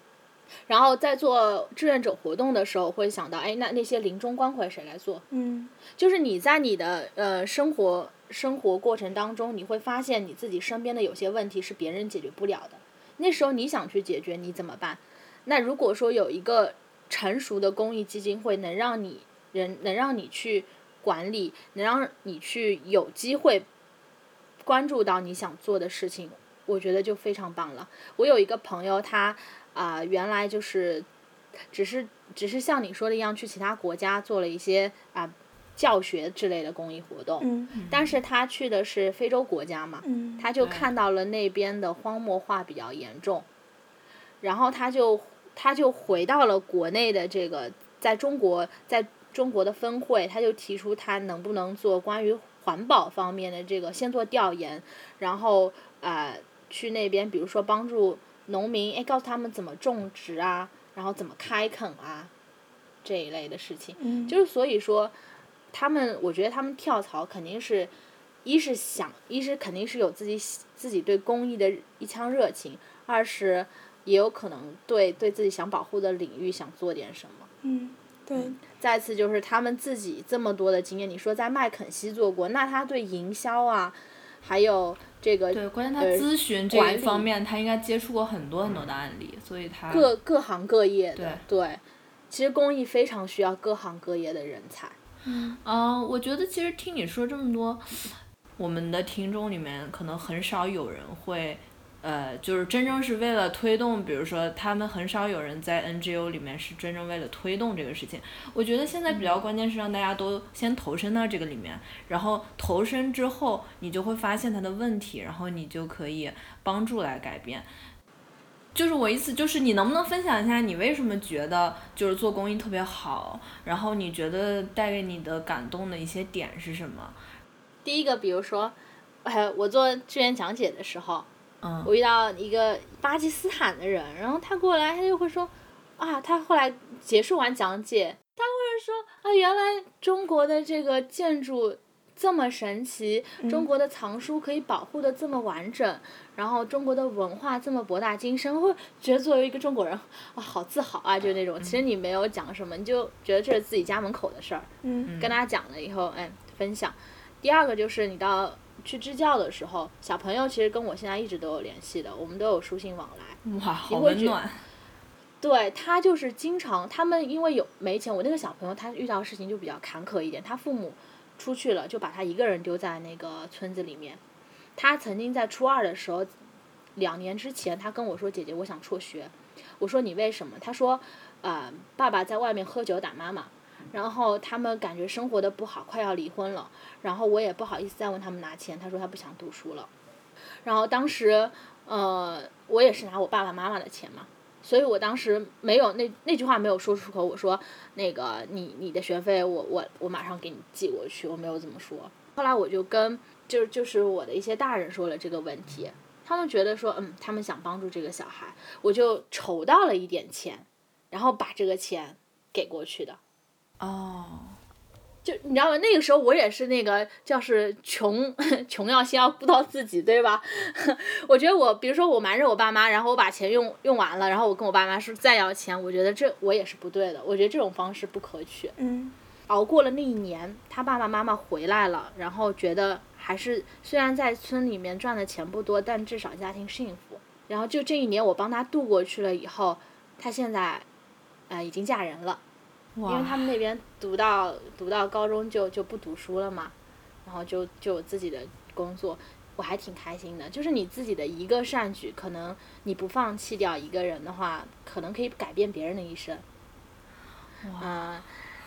Speaker 3: 然后在做志愿者活动的时候会想到，哎，那那些临终关怀谁来做？
Speaker 1: 嗯
Speaker 3: 就是你在你的呃生活生活过程当中，你会发现你自己身边的有些问题是别人解决不了的。那时候你想去解决，你怎么办？那如果说有一个成熟的公益基金会，能让你人能让你去管理，能让你去有机会关注到你想做的事情，我觉得就非常棒了。我有一个朋友，他啊、原来就是只是只是像你说的一样，去其他国家做了一些啊、教学之类的公益活动，
Speaker 1: 嗯
Speaker 3: 但是他去的是非洲国家嘛，
Speaker 1: 嗯，
Speaker 3: 他就
Speaker 2: 对
Speaker 3: 看到了那边的荒漠化比较严重，然后他就他就回到了国内的这个，在中国在中国的分会，他就提出他能不能做关于环保方面的这个，先做调研，然后呃去那边，比如说帮助农民，哎，告诉他们怎么种植啊，然后怎么开垦啊，这一类的事情。
Speaker 1: 嗯
Speaker 3: 就是所以说，他们我觉得他们跳槽肯定是，一是想，一是肯定是有自己喜自己对公益的一腔热情，二是也有可能对对自己想保护的领域想做点什么。
Speaker 1: 嗯对
Speaker 3: 再次就是他们自己这么多的经验，你说在麦肯锡做过，那他对营销啊，还有这个
Speaker 2: 对，关键他
Speaker 3: 呃
Speaker 2: 咨询这
Speaker 3: 管
Speaker 2: 一
Speaker 3: 理
Speaker 2: 方面，他应该接触过很多很多的案例，所以他
Speaker 3: 各各行各业的
Speaker 2: 对
Speaker 3: 对，其实公益非常需要各行各业的人才。
Speaker 2: 嗯、我觉得其实听你说这么多，我们的听众里面可能很少有人会，呃，就是真正是为了推动，比如说他们很少有人在 NGO 里面是真正为了推动这个事情。我觉得现在比较关键是让大家都先投身到这个里面，然后投身之后，你就会发现它的问题，然后你就可以帮助来改变。就是我意思，就是你能不能分享一下你为什么觉得就是做公益特别好，然后你觉得带给你的感动的一些点是什么？
Speaker 3: 第一个，比如说，哎，我做志愿讲解的时候，
Speaker 2: 嗯
Speaker 3: 我遇到一个巴基斯坦的人，然后他过来，他就会说，啊，他后来结束完讲解，他会说，啊，原来中国的这个建筑这么神奇，中国的藏书可以保护的这么完整，然后中国的文化这么博大精深，会觉得作为一个中国人，啊，好自豪啊，就那种。其实你没有讲什么，你就觉得这是自己家门口的事儿。
Speaker 1: 嗯
Speaker 3: 跟大家讲了以后，哎，分享。第二个就是你到去支教的时候，小朋友其实跟我现在一直都有联系的，我们都有书信往来。
Speaker 2: 哇，好
Speaker 3: 会
Speaker 2: 温
Speaker 3: 觉
Speaker 2: 暖。
Speaker 3: 对他就是经常，他们因为有没钱，我那个小朋友他遇到事情就比较坎坷一点，他父母出去了，就把他一个人丢在那个村子里面。他曾经在初二的时候，两年之前，他跟我说：“姐姐，我想辍学。”我说：“你为什么？”他说：“呃，爸爸在外面喝酒打妈妈，然后他们感觉生活的不好，快要离婚了，然后我也不好意思再问他们拿钱。”他说他不想读书了。然后当时，呃，我也是拿我爸爸妈妈的钱嘛，所以我当时没有那那句话没有说出口，我说那个你你的学费我我我马上给你寄过去，我没有这么说。后来我就跟就就是我的一些大人说了这个问题，他们觉得说嗯，他们想帮助这个小孩，我就筹到了一点钱，然后把这个钱给过去的。
Speaker 2: 哦，
Speaker 3: 就你知道吗？那个时候我也是那个，就是穷 穷要先要顾到自己，对吧？ 我觉得我，比如说我瞒着我爸妈，然后我把钱用用完了，然后我跟我爸妈说再要钱，我觉得这我也是不对的，我觉得这种方式不可取。
Speaker 1: 嗯
Speaker 3: 熬过了那一年，他爸爸妈妈回来了，然后觉得还是虽然在村里面赚的钱不多，但至少家庭幸福。然后就这一年我帮他度过去了以后，他现在，呃，已经嫁人了。
Speaker 2: 哇，
Speaker 3: 因为他们那边读到读到高中就就不读书了嘛，然后就就有自己的工作，我还挺开心的。就是你自己的一个善举，可能你不放弃掉一个人的话，可能可以改变别人的一生。
Speaker 2: 哇
Speaker 3: 嗯、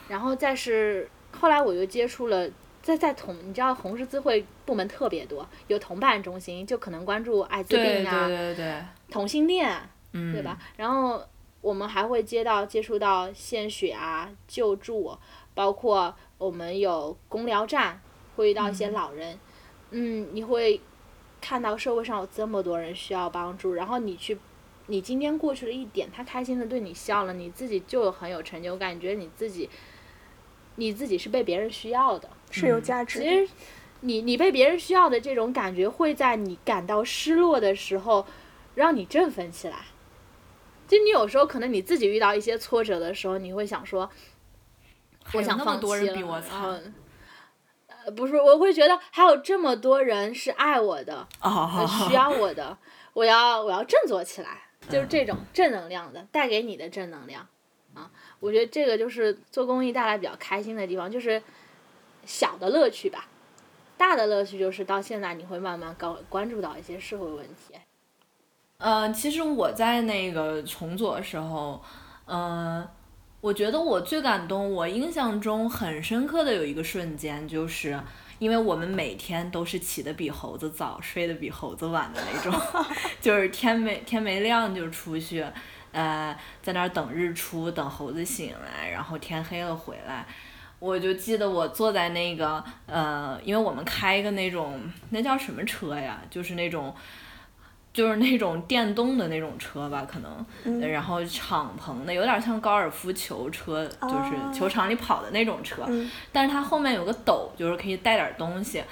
Speaker 3: 然后再是后来我就接触了。在在同你知道红十字会部门特别多，有同伴中心，就可能关注艾滋
Speaker 2: 对对
Speaker 3: 病啊、
Speaker 2: 对对，
Speaker 3: 同性恋啊，
Speaker 2: 嗯，
Speaker 3: 对吧？？然后我们还会接到接触到献血啊、救助，包括我们有公疗站，会遇到一些老人，嗯你会看到社会上有这么多人需要帮助，然后你去。你今天过去了一点，他开心的对你笑了，你自己就很有成就感，你觉得你自己，你自己是被别人需要的，
Speaker 1: 是有价值的。
Speaker 3: 其实你你被别人需要的这种感觉，会在你感到失落的时候，让你振奋起来。就你有时候可能你自己遇到一些挫折的时候，你会想说，哎我
Speaker 2: 有
Speaker 3: 想
Speaker 2: 那
Speaker 3: 放
Speaker 2: 么多
Speaker 3: 弃
Speaker 2: 人比
Speaker 3: 了嗯
Speaker 2: 我
Speaker 3: 然
Speaker 2: 惨哦
Speaker 3: 后呃，不是，我会觉得还有这么多人是爱我的，
Speaker 2: 哦，
Speaker 3: 需要我的，我要我要振作起来，就是这
Speaker 2: 嗯
Speaker 3: 种正能量的带给你的正能量啊！我觉得这个就是做公益带来比较开心的地方，就是小的乐趣吧。大的乐趣就是到现在你会慢慢高关注到一些社会问题，
Speaker 2: 呃，其实我在那个重组的时候，呃，我觉得我最感动，我印象中很深刻的有一个瞬间，就是因为我们每天都是起得比猴子早，睡得比猴子晚的那种， 就是天没天没亮就出去，呃，在那儿等日出，等猴子醒来，然后天黑了回来。我就记得我坐在那个呃，因为我们开一个那种那叫什么车呀，就是那种就是那种电动的那种车吧，可能，然后敞篷的，有点像高尔夫球车，就是球场里跑的那种车，
Speaker 1: 嗯
Speaker 2: 但是它后面有个斗，就是可以带点东西。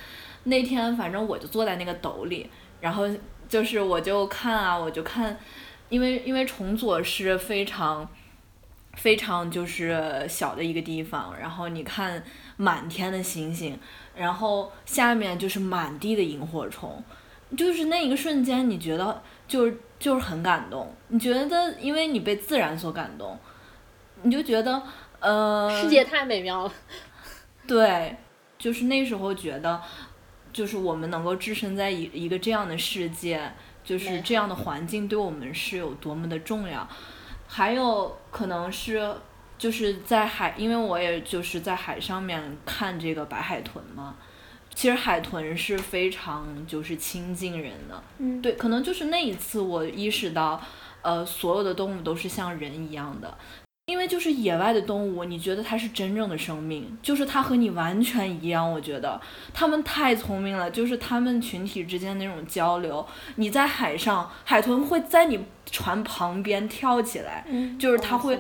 Speaker 2: 那天反正我就坐在那个斗里，然后就是我就看啊，我就看，因为因为重左是非常。非常就是小的一个地方，然后你看满天的星星，然后下面就是满地的萤火虫，就是那一个瞬间，你觉得就是就是很感动，你觉得因为你被自然所感动，你就觉得呃，
Speaker 3: 世界太美妙了。
Speaker 2: 对，就是那时候觉得，就是我们能够置身在一一个这样的世界，就是
Speaker 3: 美
Speaker 2: 这样的环境对我们是有多么的重要。还有可能是就是在海，因为我也就是在海上面看这个白海豚嘛。其实海豚是非常就是亲近人的，
Speaker 1: 嗯，
Speaker 2: 对，可能就是那一次我意识到，呃，所有的动物都是像人一样的，因为就是野外的动物，你觉得它是真正的生命，就是它和你完全一样。我觉得它们太聪明了，就是它们群体之间那种交流。你在海上，海豚会在你船旁边跳起来，
Speaker 1: 嗯
Speaker 2: 就是
Speaker 3: 哦
Speaker 2: 它会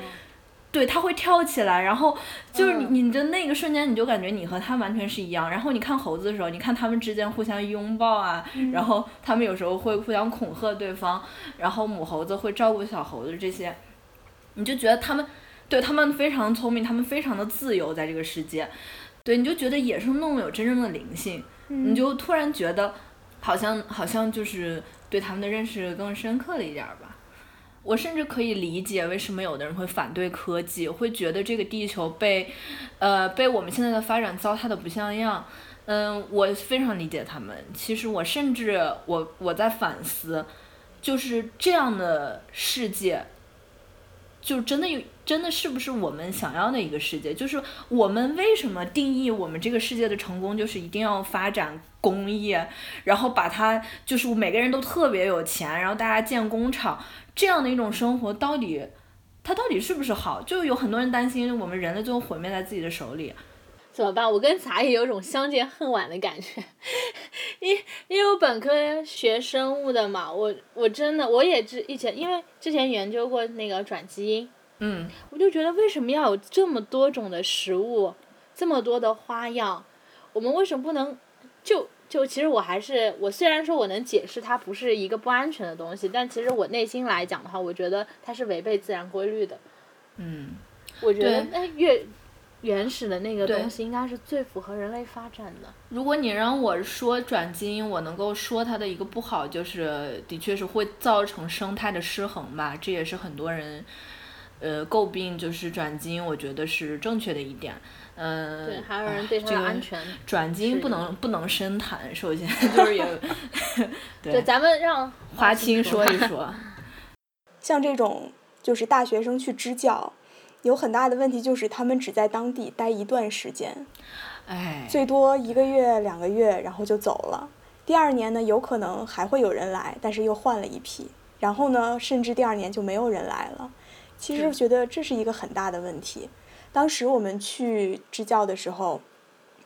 Speaker 2: 对，它会跳起来，然后就是你、你的那个瞬间，你就感觉你和它完全是一样。然后你看猴子的时候，你看它们之间互相拥抱啊，
Speaker 1: 嗯
Speaker 2: 然后它们有时候会互相恐吓对方，然后母猴子会照顾小猴子这些，你就觉得它们对它们非常聪明，它们非常的自由在这个世界，对，你就觉得野生动物有真正的灵性，
Speaker 1: 嗯
Speaker 2: 你就突然觉得好像好像就是对它们的认识更深刻了一点儿吧。我甚至可以理解为什么有的人会反对科技，会觉得这个地球被，呃，被我们现在的发展糟蹋的不像样。嗯，我非常理解他们。其实我甚至我我在反思，就是这样的世界，就真的有真的是不是我们想要的一个世界？就是我们为什么定义我们这个世界的成功，就是一定要发展工业，然后把它就是每个人都特别有钱，然后大家建工厂。这样的一种生活到底，它到底是不是好？就有很多人担心我们人类最后毁灭在自己的手里。
Speaker 3: 怎么办？我跟茶叶有种相见恨晚的感觉， 因因为我本科学生物的嘛，我我真的我也之以前因为之前研究过那个转基因，
Speaker 2: 嗯，
Speaker 3: 我就觉得为什么要有这么多种的食物，这么多的花样，我们为什么不能就就其实我还是我虽然说我能解释它不是一个不安全的东西，但其实我内心来讲的话，我觉得它是违背自然规律的。
Speaker 2: 嗯，
Speaker 3: 我觉得
Speaker 2: 对
Speaker 3: 那越原始的那个
Speaker 2: 对
Speaker 3: 东西应该是最符合人类发展的。
Speaker 2: 如果你让我说转基因，我能够说它的一个不好，就是的确是会造成生态的失衡吧，这也是很多人。呃，诟病就是转基因，我觉得是正确的一点。嗯、
Speaker 3: 对，还有人对它
Speaker 2: 这
Speaker 3: 的
Speaker 2: 个
Speaker 3: 安全。
Speaker 2: 转基因
Speaker 3: 是
Speaker 2: 不能不能深谈，首先就是也
Speaker 3: 对，咱们让
Speaker 2: 华清说一说。
Speaker 1: 像这种就是大学生去支教，有很大的问题就是他们只在当地待一段时间，
Speaker 2: 哎，
Speaker 1: 最多一个月、两个月，然后就走了。第二年呢，有可能还会有人来，但是又换了一批。然后呢，甚至第二年就没有人来了。其实
Speaker 2: 是
Speaker 1: 觉得这是一个很大的问题。当时我们去支教的时候，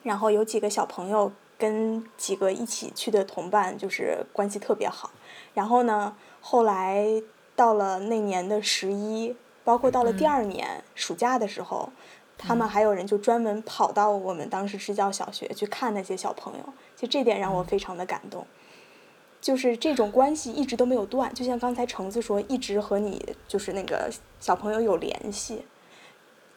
Speaker 1: 然后有几个小朋友跟几个一起去的同伴，就是关系特别好。然后呢，后来到了那年的十一，包括到了第
Speaker 2: 嗯
Speaker 1: 二年、暑假的时候，他们
Speaker 2: 嗯
Speaker 1: 还有人就专门跑到我们当时支教小学去看那些小朋友，就这点让
Speaker 2: 嗯
Speaker 1: 我非常的感动。就是这种关系一直都没有断，就像刚才橙子说，一直和你就是那个小朋友有联系。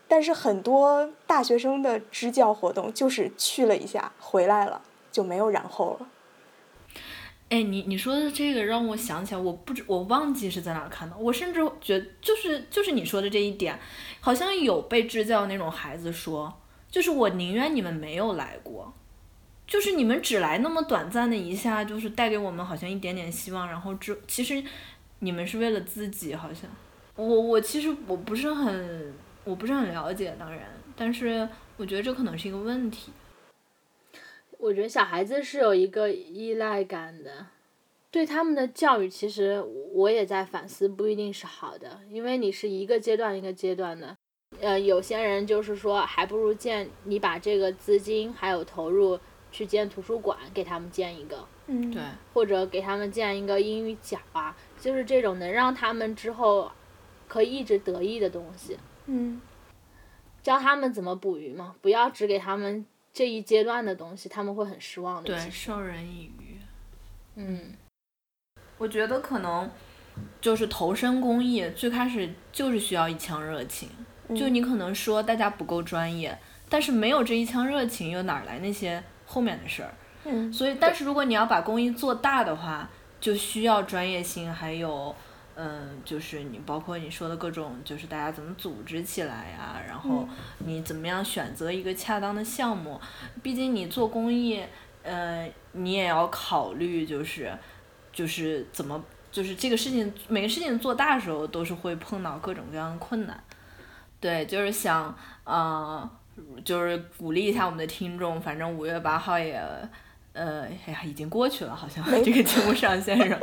Speaker 1: 但是很多大学生的支教活动就是去了一下，回来了就没有然后了。
Speaker 2: 哎，你你说的这个让我想起来，我不知我忘记是在哪儿看到，我甚至觉就是就是你说的这一点，好像有被支教那种孩子说，就是我宁愿你们没有来过，就是你们只来那么短暂的一下，就是带给我们好像一点点希望，然后之其实你们是为了自己，好像我我其实我不是很我不是很了解，当然，但是我觉得这可能是一个问题，
Speaker 3: 我觉得小孩子是有一个依赖感的，对他们的教育，其实我也在反思，不一定是好的，因为你是一个阶段一个阶段的。呃，有些人就是说，还不如建你把这个资金还有投入去建图书馆，给他们建一个，
Speaker 1: 嗯，
Speaker 2: 对，
Speaker 3: 或者给他们建一个英语角啊，就是这种能让他们之后可以一直得意的东西。
Speaker 1: 嗯，
Speaker 3: 教他们怎么捕鱼嘛，不要只给他们这一阶段的东西，他们会很失望的。
Speaker 2: 对，
Speaker 3: 其实
Speaker 2: 授人以渔。
Speaker 3: 嗯，
Speaker 2: 我觉得可能就是投身公益，最开始就是需要一腔热情。就
Speaker 1: 嗯
Speaker 2: 你可能说大家不够专业，但是没有这一腔热情，又哪来那些后面的事儿？
Speaker 1: 嗯
Speaker 2: 所以，但是如果你要把公益做大的话，就需要专业性，还有，嗯，就是你包括你说的各种，就是大家怎么组织起来呀、然后你怎么样选择一个恰当的项目。毕竟你做公益，呃，你也要考虑，就是，就是怎么，就是这个事情，每个事情做大的时候都是会碰到各种各样的困难。对，就是想，呃，就是鼓励一下我们的听众，反正五月八号也。呃，哎呀，已经过去了，好像这个节目上线上，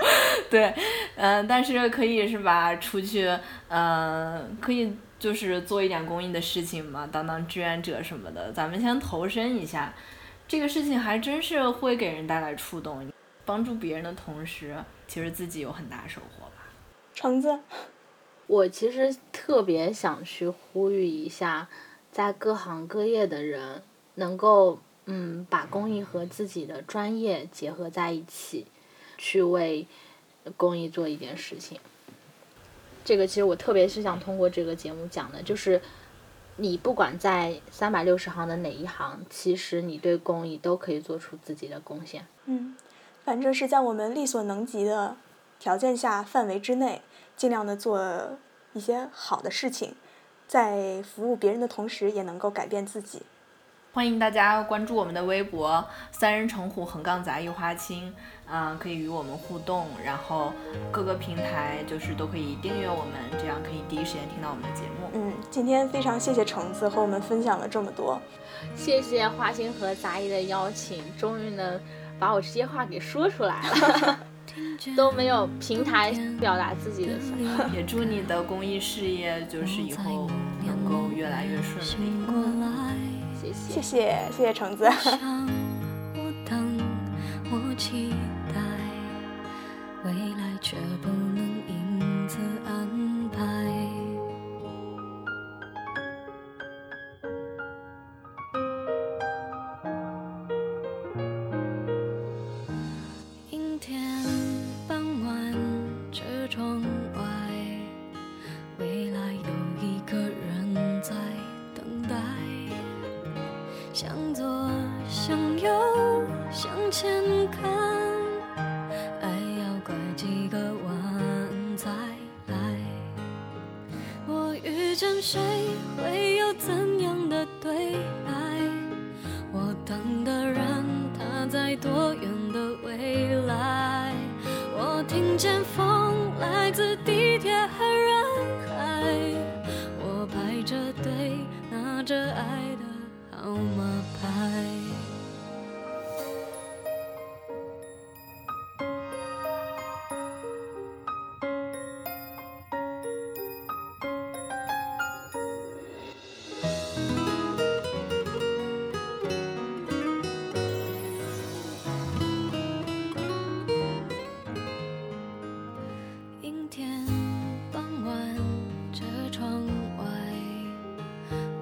Speaker 2: 对，嗯、但是可以是吧？出去，呃，可以就是做一点公益的事情嘛，当当志愿者什么的，咱们先投身一下，这个事情还真是会给人带来触动，帮助别人的同时，其实自己有很大收获吧。
Speaker 1: 橙子，
Speaker 3: 我其实特别想去呼吁一下，在各行各业的人能够嗯把公益和自己的专业结合在一起，去为公益做一件事情。这个其实我特别是想通过这个节目讲的，就是你不管在三百六十行的哪一行，其实你对公益都可以做出自己的贡献。
Speaker 1: 嗯，反正是在我们力所能及的条件下范围之内，尽量的做一些好的事情，在服务别人的同时，也能够改变自己。
Speaker 2: 欢迎大家关注我们的微博“三人成虎横杠杂一花青”，啊、可以与我们互动，然后各个平台就是都可以订阅我们，这样可以第一时间听到我们的节目。
Speaker 1: 嗯，今天非常谢谢橙子和我们分享了这么多。
Speaker 3: 谢谢花心和杂艺的邀请，终于能把我这些话给说出来了，都没有平台表达自己的想法。
Speaker 2: 也祝你的公益事业就是
Speaker 4: 嗯
Speaker 2: 以后能够越来越顺利。
Speaker 4: 醒过来，
Speaker 3: 谢谢
Speaker 1: 谢。谢，谢谢橙子。
Speaker 4: 想我等，我期待，未来却不能因此安排。阴天傍晚，车窗外，未来有一个人在等待。向左，向右，向前看，爱要拐几个弯才来。我遇见谁，会有怎样的对白？我等的人他在多远的未来？我听见风来自地铁和人海，我排着着爱的号码牌。阴天，傍晚，车窗外，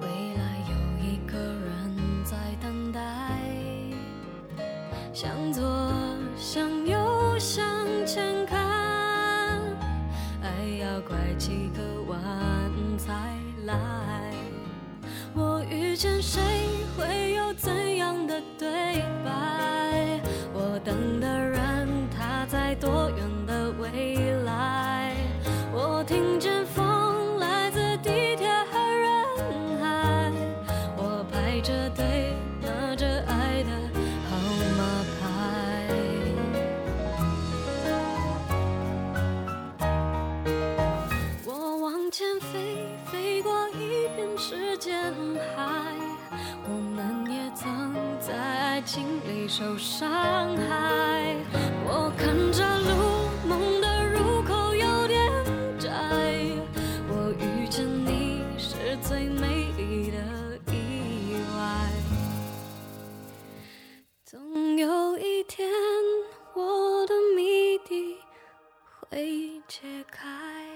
Speaker 4: 未来有一个人在等待。向左，向右，向前看，爱要拐几个弯才来。我遇见谁会有怎样的对白？我等的人他在多远的未来？我听见风来自地铁和人海，我排着队拿着爱的号码牌。我往前飞，飞过一片时间海。我们也曾在爱情里受伤害。我看着路，梦的入口有点窄。我遇见你是最美丽的意外。总有一天，我的谜底会解开。